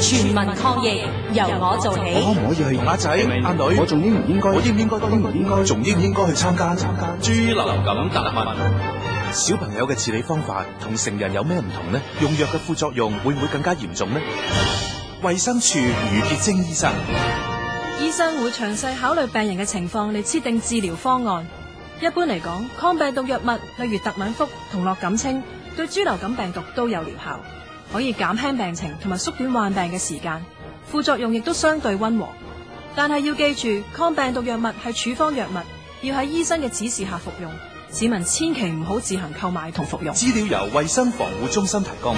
全民抗疫，由我做我起。可唔可以去同阿仔、阿女？我仲應唔應該？我應唔應該？應唔應該？仲應唔應該去參加？參加豬流感特問，小朋友嘅治理方法同成人有咩唔同呢？用藥嘅副作用會唔會更加嚴重呢？衛生署余潔晶醫生，醫生會詳細考慮病人嘅情況嚟設定治療方案。一般嚟講，抗病毒藥物例如特敏福同樂感清，對豬流感病毒都有療效，可以減輕病情同埋縮短患病嘅時間。副作用亦都相對溫和，但係要記住，抗病毒藥物係處方藥物，要喺醫生嘅指示下服用。市民千祈唔好自行購買同服用。資料由衛生防護中心提供。